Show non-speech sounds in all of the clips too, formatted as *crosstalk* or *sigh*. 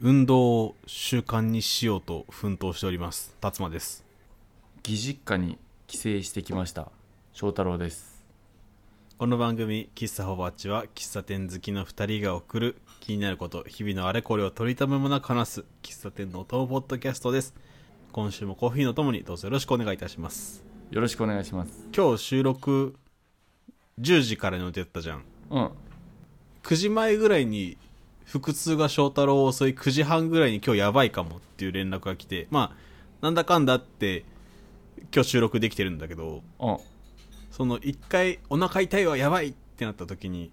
運動を習慣にしようと奮闘しております達馬です義実家に帰省してきました翔太郎ですこの番組「喫茶ホバッチ」は喫茶店好きの2人が送る気になること日々のあれこれを取りためもなく話す喫茶店の音ポッドキャストです今週もコーヒーのともにどうぞよろしくお願いいたしますよろしくお願いします今日収録10時からの予定だったじゃんうん9時前ぐらいに腹痛が翔太郎を襲い9時半ぐらいに今日やばいかもっていう連絡が来てまあなんだかんだって今日収録できてるんだけどうんその一回お腹痛いわやばいってなった時に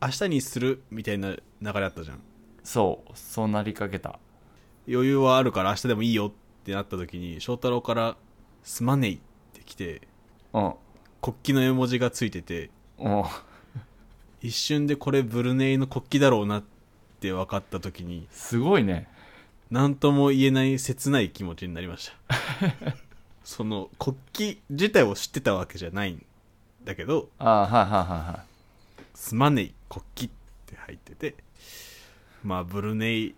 明日にするみたいな流れあったじゃんそうそうなりかけた余裕はあるから明日でもいいよってなった時に翔太郎から「すまねい」って来てうん国旗の絵文字がついててうん一瞬でこれブルネイの国旗だろうなって分かった時にすごいね何とも言えない切ない気持ちになりましたその国旗自体を知ってたわけじゃないんだけどああはいはいはいはい「すまねい国旗」って入っててまあブルネイ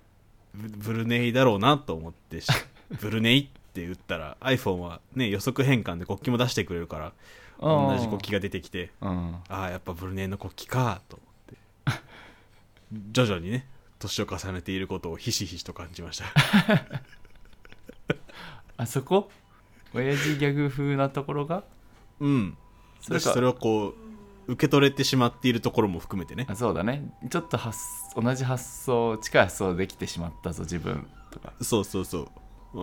ブブルネイだろうなと思 *laughs* ってしブルネイって打ったら iPhone は、ね、予測変換で国旗も出してくれるから同じ国旗が出てきてうんああやっぱブルネイの国旗かと思って *laughs* 徐々にね年を重ねていることをひしひしと感じましたあそこ親父ギャグ風なところが *laughs* うん。そそれしかそれをこう、受け取れてしまっているところも含めてねあ。そうだねちょっと発同じ発想近い発想できてしまったぞ自分とかそうそうそう。うん。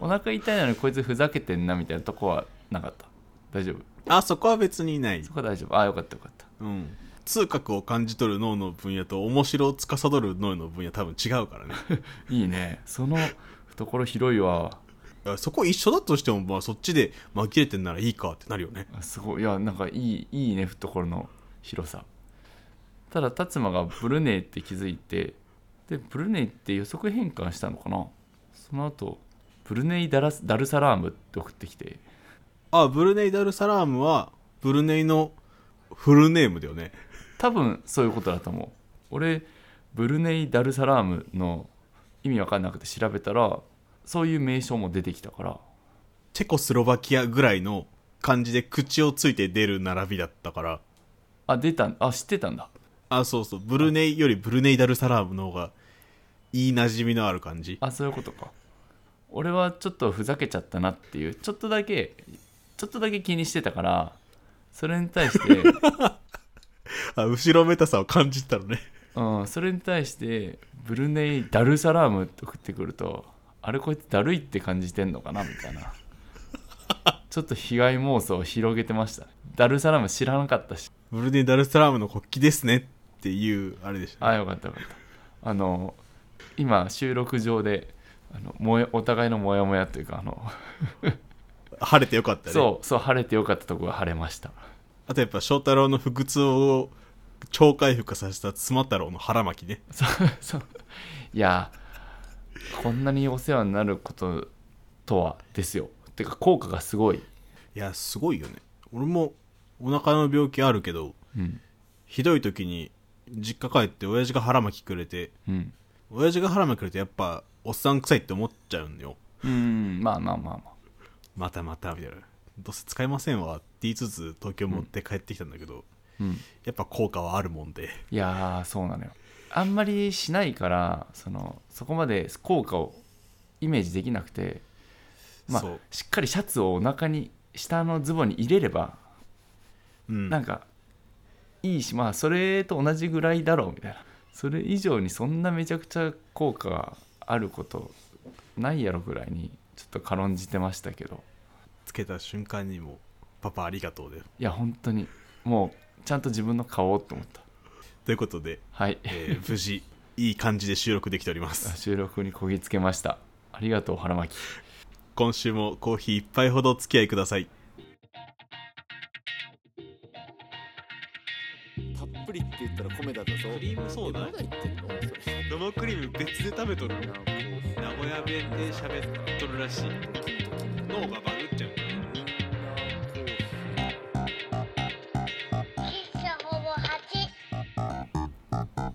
お腹痛いのにこいつふざけてんなみたいなとこはなかった大丈夫あ、そこは別にないそ。こは大丈夫ああよかったよかったうん。痛覚を感じ取る脳の分野と面白を司る脳の分野多分違うからね。いいねその懐広いわいやそこ一緒だとしても、まあそっちで紛れてんならいいかってなるよね。あすごいいやなんかいいいいね懐の広さただ達馬がブルネイって気づいてでブルネイって予測変換したのかなその後ブルネイダラスダルサラームって送ってきてあ、ブルネイダルサラームは、ブルネイのフルネームだよね。多分そういうことだと思う俺ブルネイダルサラームの意味わかんなくて調べたらそういう名称も出てきたからチェコスロバキアぐらいの感じで口をついて出る並びだったから。あ出たあ知ってたんだあそうそうブルネイよりブルネイダルサラームの方がいい馴染みのある感じあそういうことか俺はちょっとふざけちゃったなっていうちょっとだけちょっとだけ気にしてたからそれに対してあ後ろめたさを感じてたのねうんそれに対してブルネイダルサラームって送ってくるとあれこいつだるいって感じてんのかなみたいなちょっと被害妄想を広げてましたダルサラーム知らなかったしブルネイダルサラームの国旗ですねっていうあれでした、あよかったよかったあの今収録上であのもやお互いのモヤモヤというかあの晴れてよかったねそうそう晴れてよかったとこが晴れましたあとやっぱ翔太郎の腹痛を超回復させた妻太郎の腹巻きねそうそういやこんなにお世話になることとはですよてか効果がすごい、いやすごいよね俺もお腹の病気あるけどうんひどい時に実家帰って親父が腹巻きくれてうん、親父が腹巻きくれてやっぱおっさん臭いって思っちゃうんようんまあまあまあまあまたまたみたいなどうせ使いませんわって言いつつ東京持って帰ってきたんだけど、うんやっぱ効果はあるもんでいやーそうなのよあんまりしないからそのそこまで効果をイメージできなくてまあそうしっかりシャツをお腹に下のズボンに入れればうんなんかいいしまあそれと同じぐらいだろうみたいなそれ以上にそんなめちゃくちゃ効果があることないやろぐらいにちょっと軽んじてましたけどつけた瞬間にも「パパありがとうでいや本当にもうちゃんと自分の顔をと思った」ということで、はいえー無事いい感じで収録できております収録にこぎつけましたありがとう腹巻き今週もコーヒー一杯ほどお付き合いくださいたっぷりって言ったら米だったぞクリームソーダまだ言ってんのそれ生クリーム別で食べとるいやもう名古屋弁で喋っとるらしい脳がバグっちゃう喫茶ほぼ8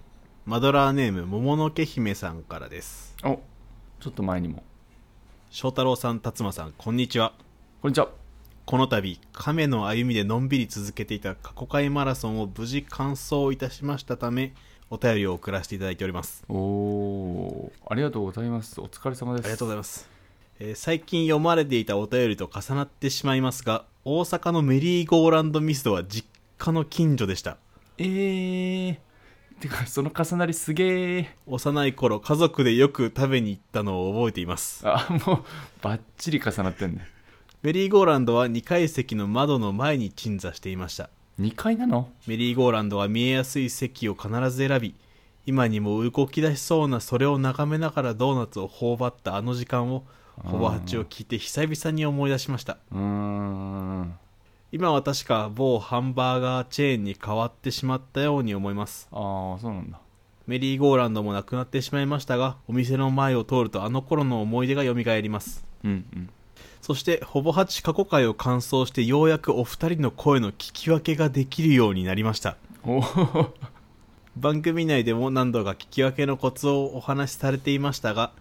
マドラーネーム桃の毛姫さんからですおちょっと前にも翔太郎さん辰馬さんこんにちはこんにちはこの度亀の歩みでのんびり続けていた過去回マラソンを無事完走いたしましたためお便りを送らせていただいておりますおおーありがとうございますお疲れ様ですありがとうございまます、えー最近読まれていたお便りと重なってしまいますが大阪のメリーゴーランドミストは実家の近所でしたすえー、てかその重なりすげえ幼い頃家族でよく食べに行ったのを覚えていますあもうバッチリ重なってんねメリーゴーランドは2階席の窓の前に鎮座していました2階なのメリーゴーランドは見えやすい席を必ず選び今にも動き出しそうなそれを眺めながらドーナツを頬張ったあの時間をほぼ八を聞いて久々に思い出しましたうーん今は確か某ハンバーガーチェーンに変わってしまったように思いますああそうなんだメリーゴーランドもなくなってしまいましたがお店の前を通るとあの頃の思い出が蘇りますうんうんそして、ほぼ8過去回を完走して、ようやくお二人の声の聞き分けができるようになりました。おー番組内でも何度か聞き分けのコツをお話しされていましたが、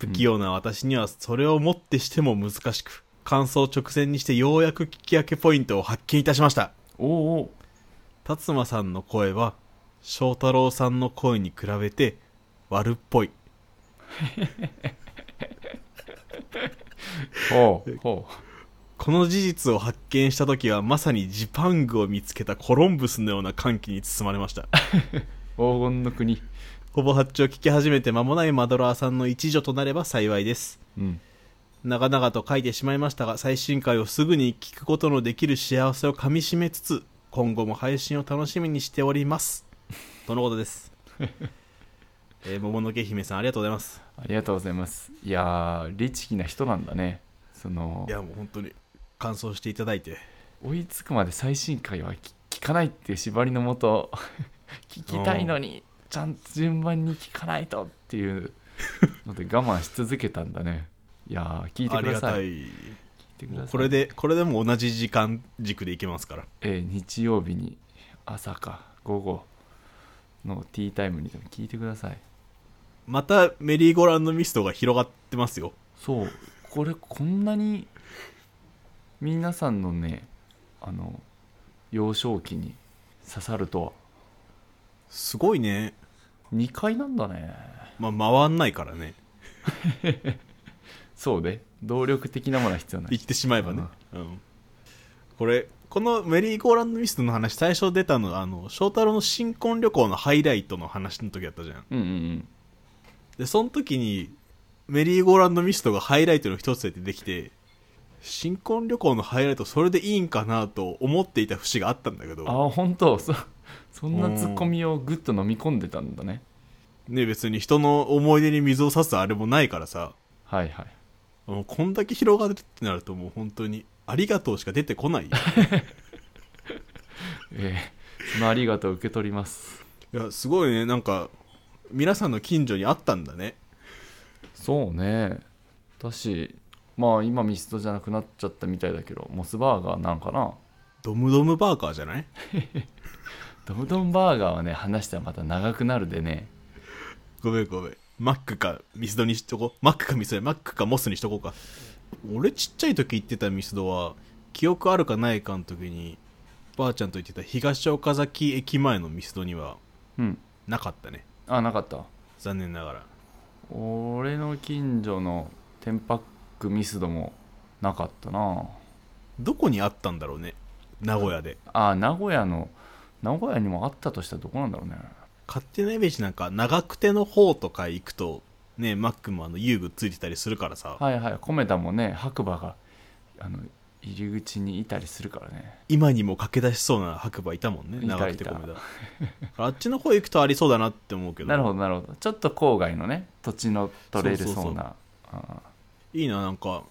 不器用な私にはそれをもってしても難しく、完走直前にしてようやく聞き分けポイントを発見いたしました。 *laughs* おー辰馬さんの声は、翔太郎さんの声に比べて、悪っぽい。ほうほこの事実を発見した時はまさにジパングを見つけたコロンブスのような歓喜に包まれました。う黄金の国ほぼ八丁聞き始めて間もないマドラーさんの一助となれば幸いです。うん長々と書いてしまいましたが、最新回をすぐに聞くことのできる幸せをかみしめつつ、今後も配信を楽しみにしております。とのことです。えー桃の毛姫さんありがとうございます。ありがとうございますいやー律儀な人なんだねそのいやもう本当に感想していただいて。追いつくまで最新回は聞聞かないっていう縛りのもと *laughs* 聞きたいのにちゃんと順番に聞かないとっていうので我慢し続けたんだねいやー聞いてあくりがださたい聞いい。てくださいこれで、これでも同じ時間軸でいけますから。えー日曜日に朝か午後のティータイムにでも聞いてくださいまたメリーゴーランドミストが広がってますよ。そうこれこんなに皆さんのねあの幼少期に刺さるとはすごいね。 2回なんだねまあ回んないからね。そうね動力的なものは必要ない言ってしまえばね、うん、これこのメリーゴーランドミストの話最初出たのあの翔太郎の新婚旅行のハイライトの話の時だったじゃんうんうんうんでその時にメリーゴーランドミストがハイライトの一つで出てきて新婚旅行のハイライトそれでいいんかなと思っていた節があったんだけど、ああ本当そそんなツッコミをグッと飲み込んでたんだねね、別に人の思い出に水を差すあれもないからさはいはいもうこんだけ広がるってなるともう本当にありがとうしか出てこないよえーそのありがとう受け取りますいやすごいねなんか皆さんの近所にあったんだねそうねだしまあ今ミストじゃなくなっちゃったみたいだけどモスバーガーなんかなドムドムバーガーじゃないドムドムバーガーはね話したらまた長くなるでねごめんごめんマックかミスドにしとこうマックかミスドマックかモスにしとこうか俺ちっちゃい時行ってたミスドは記憶あるかないかの時にばあちゃんと行ってた東岡崎駅前のミスドにはうんなかったねあなかった残念ながら俺の近所のテンパックミスドもなかったなどこにあったんだろうね名古屋でああ名古屋の名古屋にもあったとしたらどこなんだろうね勝手なイメージなんか長久手の方とか行くとねマックもあの遊具ついてたりするからさはいはい米田もね白馬があの入り口にいたりするからね今にも駆け出しそうな白馬いたもんねいた長くいてた米だあっちの方行くとありそうだなって思うけどなるほどなるほどちょっと郊外のね土地の取れるそうなあいいななんか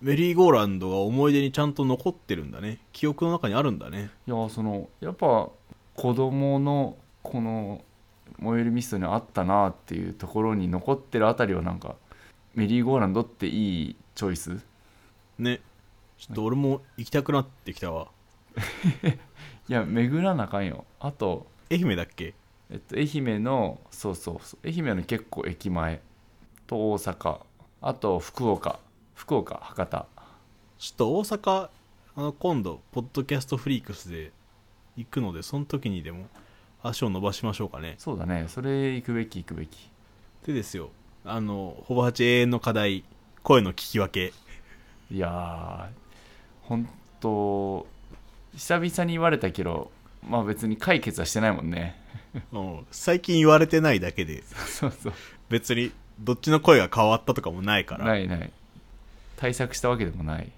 メリーゴーランドが思い出にちゃんと残ってるんだね記憶の中にあるんだねーいやそのやっぱ子供のこの最寄りミストにあったなっていうところに残ってるあたりはなんかメリーゴーランドっていいチョイスねちょっと俺も行きたくなってきたわいや巡らなあかんよあと愛媛だっけえっと、愛媛のそうそうそう愛媛の結構駅前と大阪あと福岡福岡博多ちょっと大阪あの今度ポッドキャストフリークスで行くのでその時にでも足を伸ばしましょうかねそうだねそれ行くべき行くべきでですよあのほぼ8永遠の課題声の聞き分けいやー本当久々に言われたけどまあ別に解決はしてないもんねうん最近言われてないだけでそうそう別にどっちの声が変わったとかもないからないない対策したわけでもない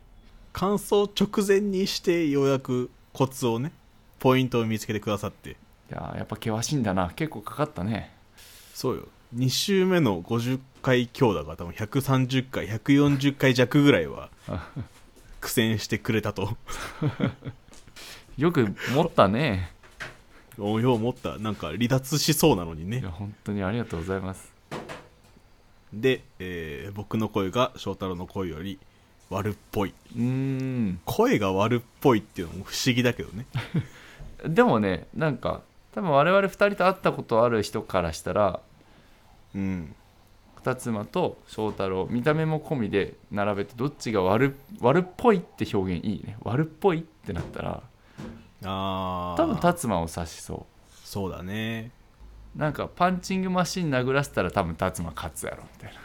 感想直前にしてようやくコツをねポイントを見つけてくださっていやーやっぱ険しいんだな結構かかったねそうよ2週目の50回強だから多分130回140回弱ぐらいは *laughs* 苦戦してくれたとよく持っ *laughs* たねよう思ったなんか離脱しそうなのにいねや本当にありがとうございますで、えー僕の声が翔太郎の声より悪っぽいうーん声が悪っぽいっていうのも不思議だけ *laughs* どねでもねなんか多分我々2人と会ったことある人からしたらうん二妻と翔太郎見た目も込みで並べてどっちが悪悪っぽいって表現いいね悪っぽいってなったらああ多分辰馬を指しそそうだねうなんかパンチングマシン殴らせたら多分辰馬勝つやろみたいな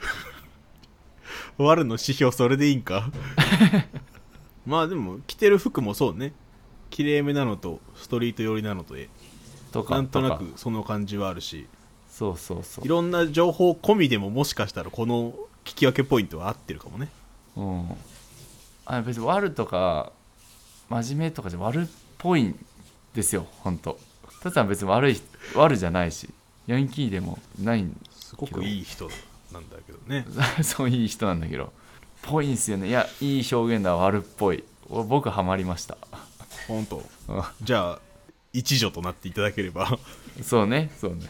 悪の指標それでいいん *laughs* かまあでも着てる服もそうねきれいめなのとストリート寄りなのとでとかなんとなかくその感じはあるしそうそうそいろんな情報込みでももしかしたらこの聞き分けポイントは合ってるかもねう、うん、あ別に悪とか真面目とかじゃ悪っぽいんですよ本当辰馬別に悪い悪じゃないしヤンキーでもないん *laughs* すごくいい人なんだけどねそういい人なんだけどぽいんすよねいやいい表現だ悪っぽいお僕ハマりました本当うじゃあ一助となっていただければ *laughs* んそうねそうね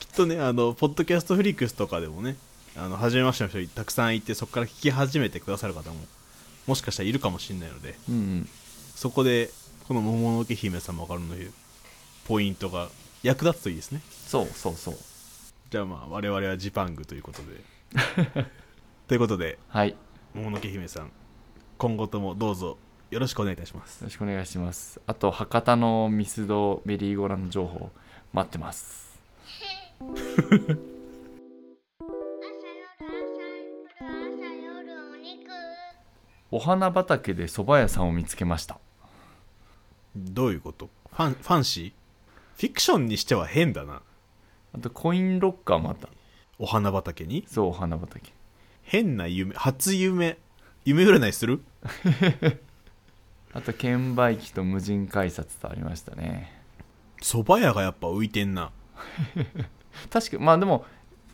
きっとねあのポッドキャストフリックスとかでもねあの初めましての人たくさんいてそこから聞き始めてくださる方ももしかしたらいるかもしれないのでうんうんそこでこの桃の毛姫様からのポイントが役立つといいですねそうそうそうじゃあまあ我々はジパングということでということではいよ桃の毛姫さん今後ともどうぞよろしくお願いいたしますろしくお願いしますあと博多のミスドメリーゴーランド情報待ってますお花畑で蕎麦屋さんを見つけましたどういうことファンファンシーフィクションにしては変だなあとコインロッカーまたお花畑にそうお花畑変な夢初夢夢占いするあと券売機と無人改札とありましたね蕎麦屋がやっぱ浮いてんな確かまあでも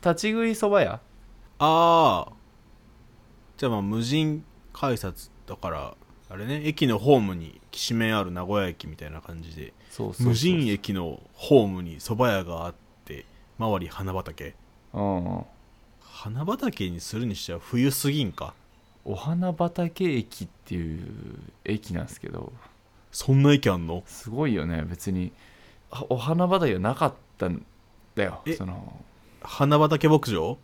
立ち食い蕎麦屋ああじゃあまあ無人改札だからあれね駅のホームにきしめんある名古屋駅みたいな感じでそうそうそう無人駅のホームに蕎麦屋があって周り花畑うんうん花畑にするにしては冬すぎんかお花畑駅っていう駅なんですけどそんな駅あんのすごいよね別にあお花畑がなかったんだよえその花畑牧場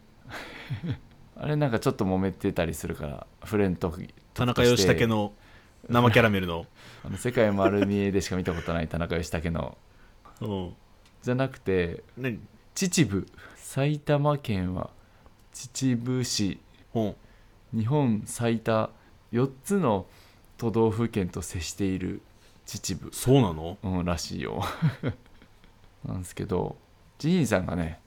あれなんかちょっと揉めてたりするからフレント田中義武の生キャラメル *laughs* の、あの世界丸見えでしか見たことない田中義武のうん、じゃなくて何秩父埼玉県は秩父市うん日本最多4つの都道府県と接している秩父そうなのうん、らしいよ *laughs* なんですけどジーンさんがね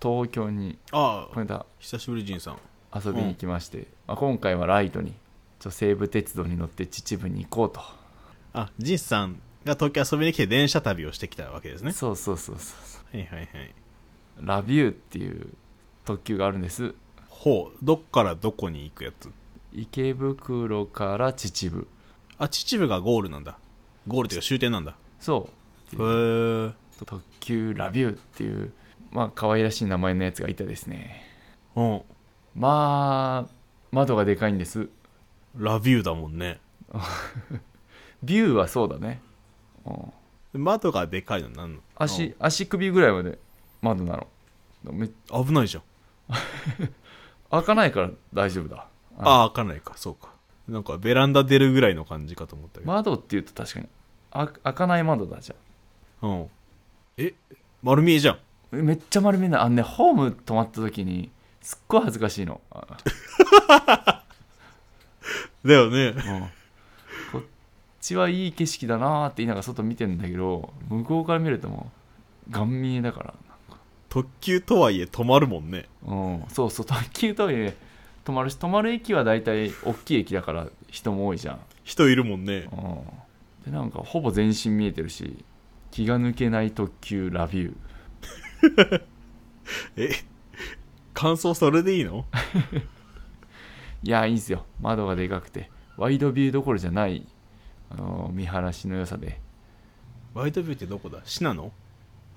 東京にあこあの間久しぶり仁さん遊びに来まして、まあ、今回はライトにちょ西武鉄道に乗って秩父に行こうと、あ仁さんが東京遊びに来て電車旅をしてきたわけですねそうそうそうそうはいはいはいラビューっていう特急があるんですほうどっからどこに行くやつ池袋から秩父あ秩父がゴールなんだゴールというか終点なんだそうへえ特急ラビューっていうまあ可愛らしい名前のやつがいたですねうんまあ窓がでかいんですラビューだもんねビューはそうだねうん窓がでかいのなんの足足首ぐらいまで窓なのめあ危ないじゃん開かないから大丈夫だああ開かないかそうかなんかベランダ出るぐらいの感じかと思ったけど、窓っていうと確かにあ開かない窓だじゃあうんえ丸見えじゃんえめっちゃ丸見えないあのねホーム泊まった時にすっごい恥ずかしいのあだよねうんこっちはいい景色だなーって言いながら外見てんだけど向こうから見るともう顔見えだから特急とはいえ止まるもんねうん、そうそう特急とはいえ止まるし止まる駅は大体大きい駅だから人も多いじゃん、人いるもんねうん、でなんかほぼ全身見えてるし気が抜けない特急ラビューえ感想それでいいのいやいいんすよ窓がでかくてワイドビューどころじゃない、あの見晴らしの良さでワイドビューってどこだ市なの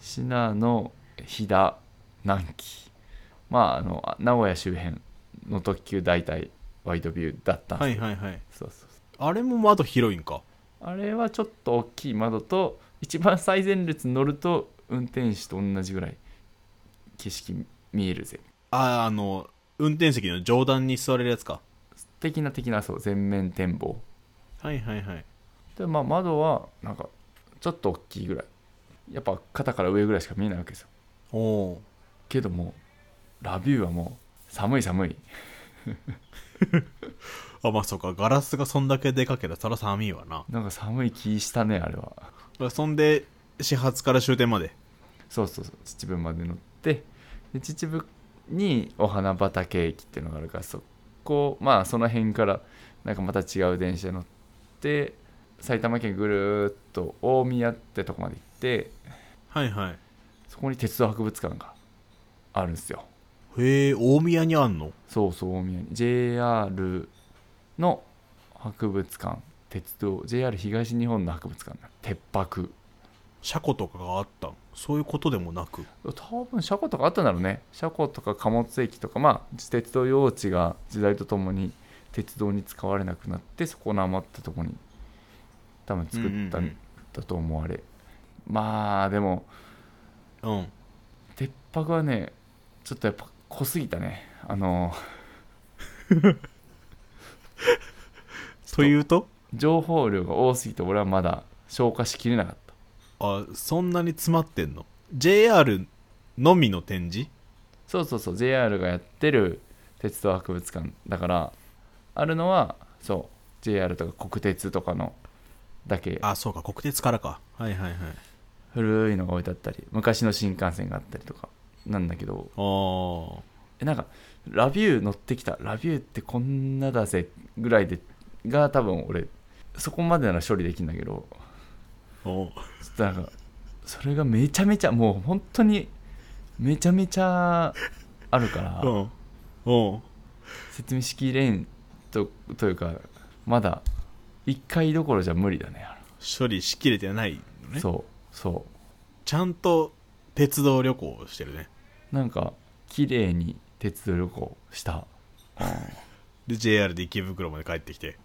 信濃飛騨南紀まああの名古屋周辺の特急大体ワイドビューだったんですはいよはいはいそうそうあれも窓広いんかあれはちょっと大きい窓と一番最前列に乗ると運転手と同じぐらい景色見えるぜあああの運転席の上段に座れるやつか的な的なそう全面展望はいはいはいでまあ窓はなんかちょっと大きいぐらいやっぱ肩から上ぐらいしか見えないわけですよおおけどもうラビューはもう寒い寒いーあまあそうかガラスがそんだけでかけたらそら寒いわななんか寒い気したねあれはそんで始発から終点までそうそうそう秩父まで乗ってで秩父にお花畑駅っていうのがあるからそこまあその辺からなんかまた違う電車に乗って埼玉県ぐるーっと大宮ってとこまで行ってはいはいそこに鉄道博物館があるんですよへえ大宮にあんのそうそう大宮に JR の博物館鉄道 JR 東日本の博物館な鉄博車庫とかがあったんそういうことでもなく多分車庫とかあったんだろうね車庫とか貨物駅とかまあ鉄道用地が時代とともに鉄道に使われなくなってそこの余ったとこに多分作ったうんんだと思われ、まあでもうんうん、うん鉄泊はねちょっとやっぱ濃すぎたねあのといううと情報量が多すぎて俺はまだ消化しきれなかったあそんなに詰まってんの JR のみの展示そうそうそう JR がやってる鉄道博物館だからあるのはそう JR とか国鉄とかのだけあそうか国鉄からかはいはいはい古いのが置いてあったり昔の新幹線があったりとかなんだけどあーえなんかラビュー乗ってきたラビューってこんなだぜぐらいでが多分俺そこまでなら処理できるんだけどおうちょっとなんかそれがめちゃめちゃもう本当にめちゃめちゃあるから。うんおう説明しきれんとというかまだ1回どころじゃ無理だねあ処理しきれてないのれねそうそちゃんと鉄道旅行をしてるねうなんか綺麗に鉄道旅行したで JR で池袋まで帰ってきて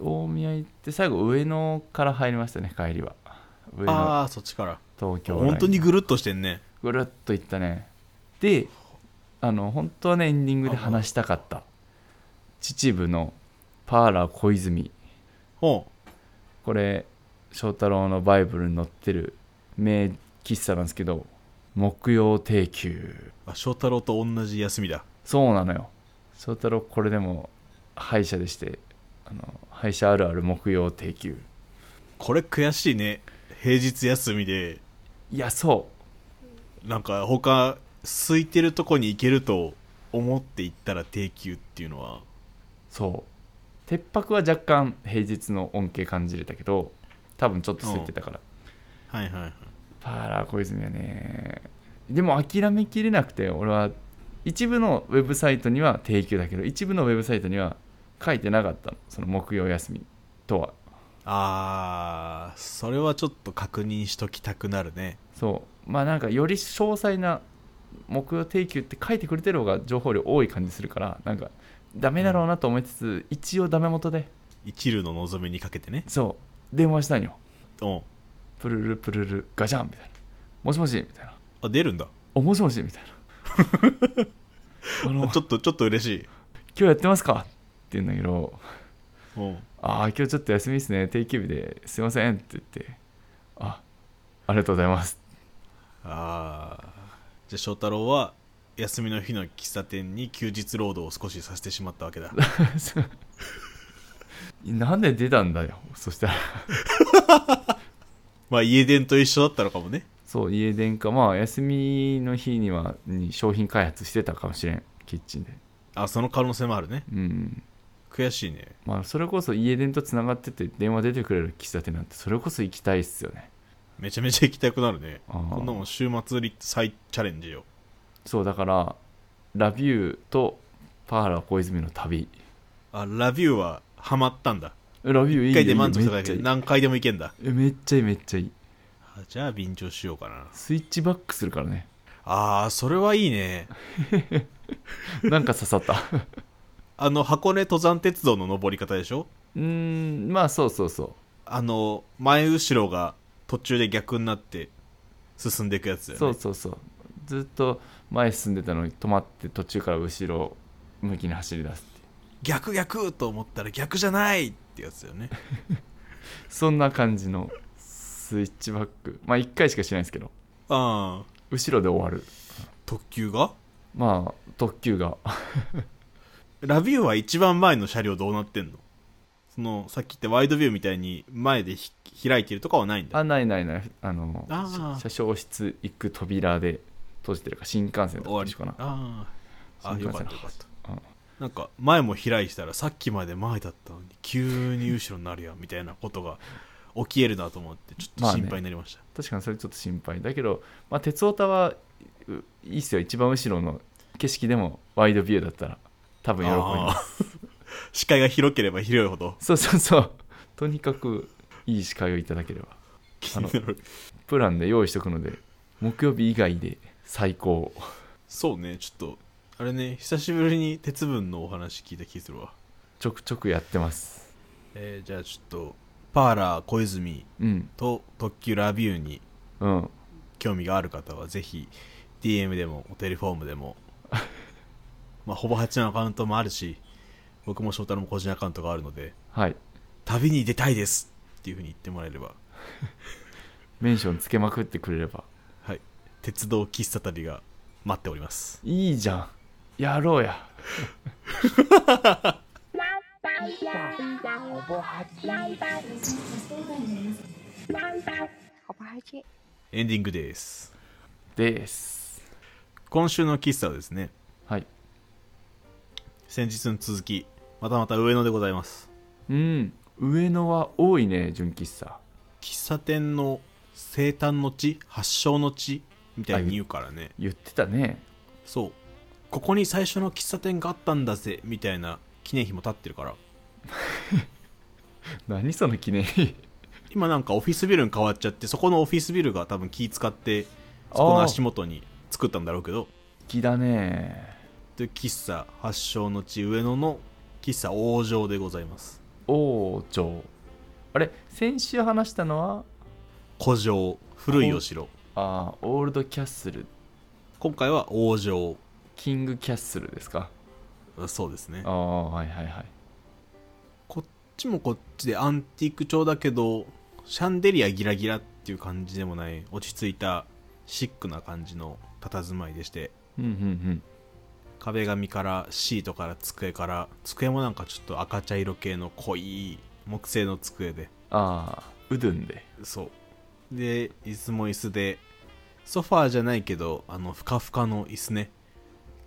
大宮行って最後上野から入りましたね帰りは上野ああーそっちから東京ライン本当にぐるっとしてんねぐるっと行ったねであの本当はねエンディングで話したかった秩父のパーラー小泉おうこれ翔太郎のバイブルに載ってる名喫茶なんですけど木曜定休あ翔太郎と同じ休みだそうなのよ翔太郎これでも歯医者でしてあの歯医者あるある木曜定休これ悔しいね平日休みでいやそなんか他空いてるとこに行けると思って行ったら定休っていうのはうそう鉄泊は若干平日の恩恵感じれたけど多分ちょっと空いてたから、はいはいはいパーラー小泉はねでも諦めきれなくて俺は一部のウェブサイトには定休だけど一部のウェブサイトには書いてなかったのその木曜休みとはあーそれはちょっと確認しときたくなるねそうまあなんかより詳細な木曜定休って書いてくれてる方が情報量多い感じするからなんかダメだろうなと思いつつ、一応ダメ元で一縷の望みにかけてねそう電話したんようんプルルプルルガジャンみたいなもしもしみたいなあ出るんだおもしもしみたいなあのあちょっとちょっと嬉しい今日やってますかって言うんだけどうんああ、今日ちょっと休みですね。定休日ですいませんって言って、あありがとうございます。 *laughs* ああじゃあ翔太郎は休みの日の喫茶店に休日労働を少しさせてしまったわけ *laughs* だなんで出たんだよ。そしたら、まあ家電と一緒だったのかもねそう、家電か、まあ、休みの日にはに商品開発してたかもしれん、キッチンで。あその可能性もあるねうん。悔しいねまあ、それこそ家電とつながってて、電話出てくれる喫茶店なんて、それこそ行きたいっすよね。めちゃめちゃ行きたくなるねあこんなーもん週末リ再チャレンジよそう、だから、ラビューとパーラー小泉の旅。あラビューはハマったんだラビューいい一ね回で満足しためだっちけゃいでい何回でも行けんだえめっちゃいい、めっちゃいい。あじゃあ便乗しようかなスイッチバックするからね。 *laughs* あーそれはいいねなんか刺さった。うあの箱根登山鉄道の登り方でしょーん、まあそうそうそあの前後ろが途中で逆になって進んでいくやつだう。よねそうそうそう。ずっと前進んでたのに止まって途中から後ろ向きに走り出すってい逆逆と思ったら逆じゃないってやつだよ *laughs* ねう。そんな感じのスイッチバック。まあ1回しかしないんですけど、ああ後ろで終わる。特急がまあ特急が。ラビューは一番前の車両どうなってんのそのさっき言ったワイドビューみたいに前でひ開いてるとかはないんだあ、ないないない。あの、あーし車掌室行く扉で閉じてるから、新幹線終とかわでりしょかな。あああ新よ幹かっ線たよかったうんなんか前も開いたらさっきまで前だったのに急に後ろになるやんみたいなことが起きえるなと思ってちょっとまあね心配になりました、確かにそれちょっと心配だけど、まあ、鉄オタはういいっすよ一番後ろの景色でもワイドビューだったら多分喜びます *laughs* 視界が広ければ広いほど *laughs* そうそうそうとにかくいい視界をいただければ気になるプランで用意しとくので木曜日以外で最高そうねちょっとあれね久しぶりに鉄分のお話聞いた気するわちょくちょくやってますえーじゃあちょっとパーラー小泉うんと特急ラビューにうん興味がある方はぜひ DM でもおテレフォームでも *laughs* まあほぼ8のアカウントもあるし僕も翔太郎も個人アカウントがあるのではい旅に出たいですっていうふうに言ってもらえればメンションつけまくってくれればはい鉄道喫茶旅が待っておりますいいじゃんやろうや好吧，还这。エンディングですです今週の喫茶はですねはい先日の続きまたまた上野でございますうん上野は多いね純喫茶喫茶店の生誕の地発祥の地みたいに言うからね言ってたねそうここに最初の喫茶店があったんだぜみたいな記念碑も立ってるから何その記念碑今なんかオフィスビルに変わっちゃってそこのオフィスビルが多分気使ってそこの足元に作ったんだろうけど気だねで喫茶発祥の地上野の喫茶王城でございます王城あれ先週話したのは古城古いお城あーオールドキャッスル今回は王城キングキャッスルですかそうですねああはいはいはいこっちもこっちでアンティーク調だけどシャンデリアギラギラっていう感じでもない落ち着いたシックな感じの佇まいでしてうんうんうん壁紙からシートから机から机もなんかちょっと赤茶色系の濃い木製の机でああうどんでそうで椅子も椅子でソファーじゃないけどあのふかふかの椅子ね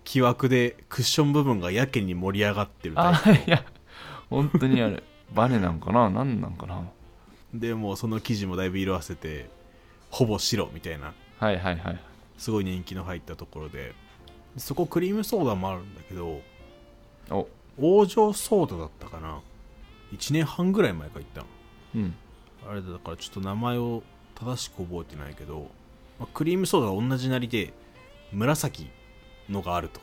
木枠でクッション部分がやけに盛り上がってるタイプああいや本当にあれバネなんかな何なんかなでもうその生地もだいぶ色あせてほぼ白みたいなはいはいはいすごい人気の入ったところでそこクリームソーダもあるんだけどお王城ソーダだったかな1年半ぐらい前から行ったのうんあれだだからちょっと名前を正しく覚えてないけど、まあクリームソーダが同じなりで紫のがあると、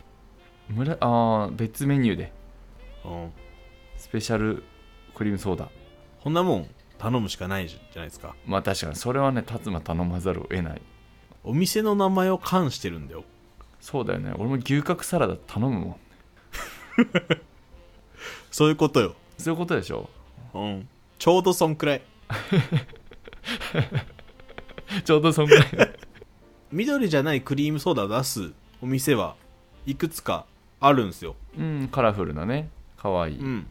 むらああ別メニューでうん、スペシャルクリームソーダこんなもん食頼むしかないじゃないですかまあ確かにそれはね達馬頼まざるを得ないお店の名前を冠してるんだよそうだよね俺も牛角サラダ頼むもんそういうことよそういうことでしょ *laughs* うんちょうどそんくらいちょうどそん *laughs* ぐらい緑じゃないクリームソーダを出すお店はいくつかあるんですようんカラフルなねかわいい、うん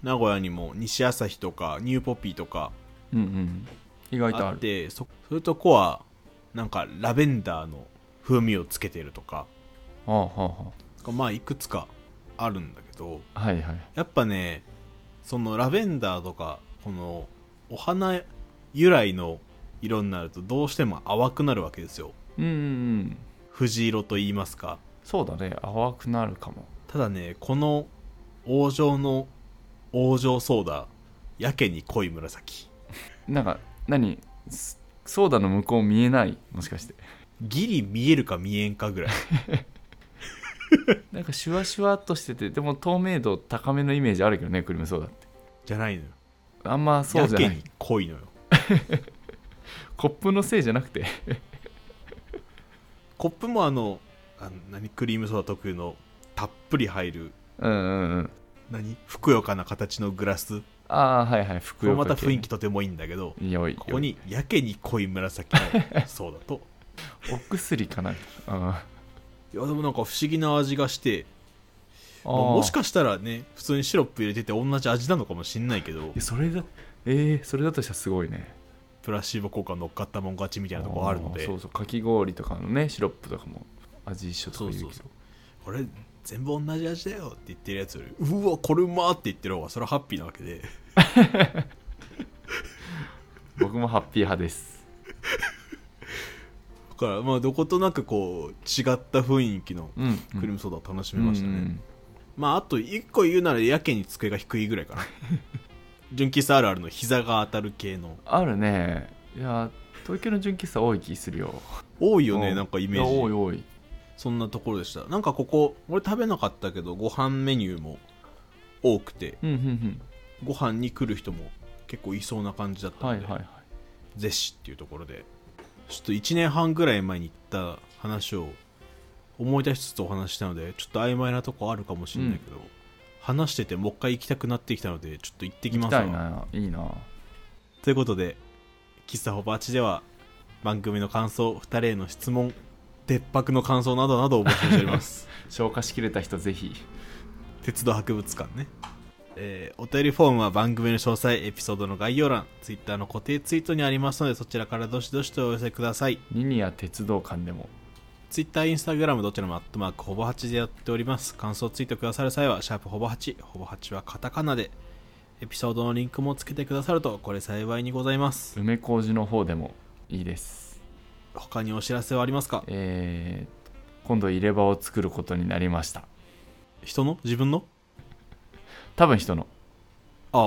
名古屋にも西朝日とかニューポピーとかうんうん意外とああっるてそそれとコアなんかラベンダーの風味をつけてるとかああはまあいくつかあるんだけどあはあはいはいやっぱねそのラベンダーとかこのお花由来の色になるとどうしても淡くなるわけですようんうんうん藤色と言いますかそうだね淡くなるかもただねこの王城の王城ソーダやけに濃い紫なんか何スソーダの向こう見えないもしかして *laughs* ギリ見えるか見えんかぐらいなんかシュワシュワっとしててでも透明度高めのイメージあるけどねクリームソーダってじゃないのよあんまそうやじゃなけいに濃いのよコップのせいじゃなくて *laughs* コップもあのあの何クリームソーダ特有のたっぷり入るうんうんうん何ふくよかな形のグラスああはいはいこ服れまた雰囲気とてもいいんだけどいよいここにやけに濃い紫のソーダとお薬かなあいやでもなんか不思議な味がしてあまあもしかしたらね普通にシロップ入れてて同じ味なのかもしんないけどいやそれだえー、それだとしたらすごいねプラシーボ効果乗っかったもん勝ちみたいなとこあるのあーでそうそうかき氷とかのねシロップとかも味一緒とか言うけどそうそうこれ全部同じ味だよって言ってるやつよりうわこれうまーって言ってる方がそれはハッピーなわけで僕もハッピー派ですだからまあどことなくこう違った雰囲気のうん、うん、クリームソーダを楽しめましたね、うんうんまああと1個言うならやけに机が低いぐらい *laughs* かな純喫茶あるあるの膝が当たる系のあるねいや東京の純喫茶多い気するよ多いいよねなんかイメいや多ーいジ多いそんなところでしたなんかここ俺食べなかったけどご飯メニューも多くてうんうんうんご飯に来る人も結構いそうな感じだったはのいで、はいはいゼッシっていうところでちょっと1年半ぐらい前に行った話を思い出しつつお話ししたのでちょっと曖昧なとこあるかもしれないけど、話しててもう一回行きたくなってきたのでちょっと行ってき行まきすわたいないいなということで喫茶ホバーチでは番組の感想2人への質問鉄泊の感想などなどを募集しております *laughs* 消化しきれた人ぜひ鉄道博物館ねえーお便りフォームは番組の詳細エピソードの概要欄ツイッターの固定ツイートにありますのでそちらからどしどしとお寄せくださいリニア鉄道館でもツイッター、インスタグラムどちらもアットマークほぼ8でやっております。感想ツイートくださる際は、シャープほぼ8、ほぼ8はカタカナで、エピソードのリンクもつけてくださると、これ幸いにございます。梅小路の方でもいいです他にお知らせはありますかえー、今度入れ歯を作ることになりました人の自分の多分人のあ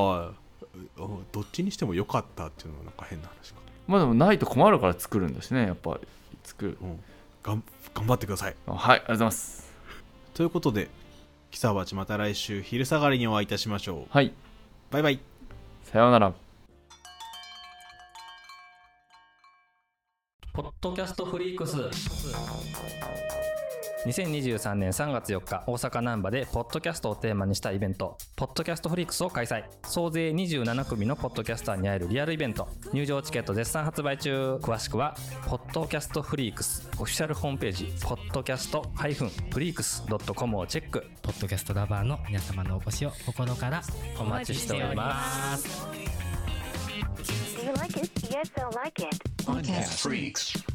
あ、うどっちにしても良かったっていうのはなんか変な話か。まあでもないと困るから作るんですねやっぱり作るうん。がん頑張ってください。あはいありがとうございますということで、キサバチまた来週昼下がりにお会いいたしましょう。はいバイバイ。さようならポッドキャストフリークス2023年3月4日大阪難波でポッドキャストをテーマにしたイベントポッドキャストフリークスを開催総勢27組のポッドキャスターに会えるリアルイベント入場チケット絶賛発売中詳しくはポッドキャストフリークスオフィシャルホームページポッドキャスト -freaks.com をチェックポッドキャストラバーの皆様のお越しを心からお待ちしております Do you like it? Yes, I like it. Podcast Freaks.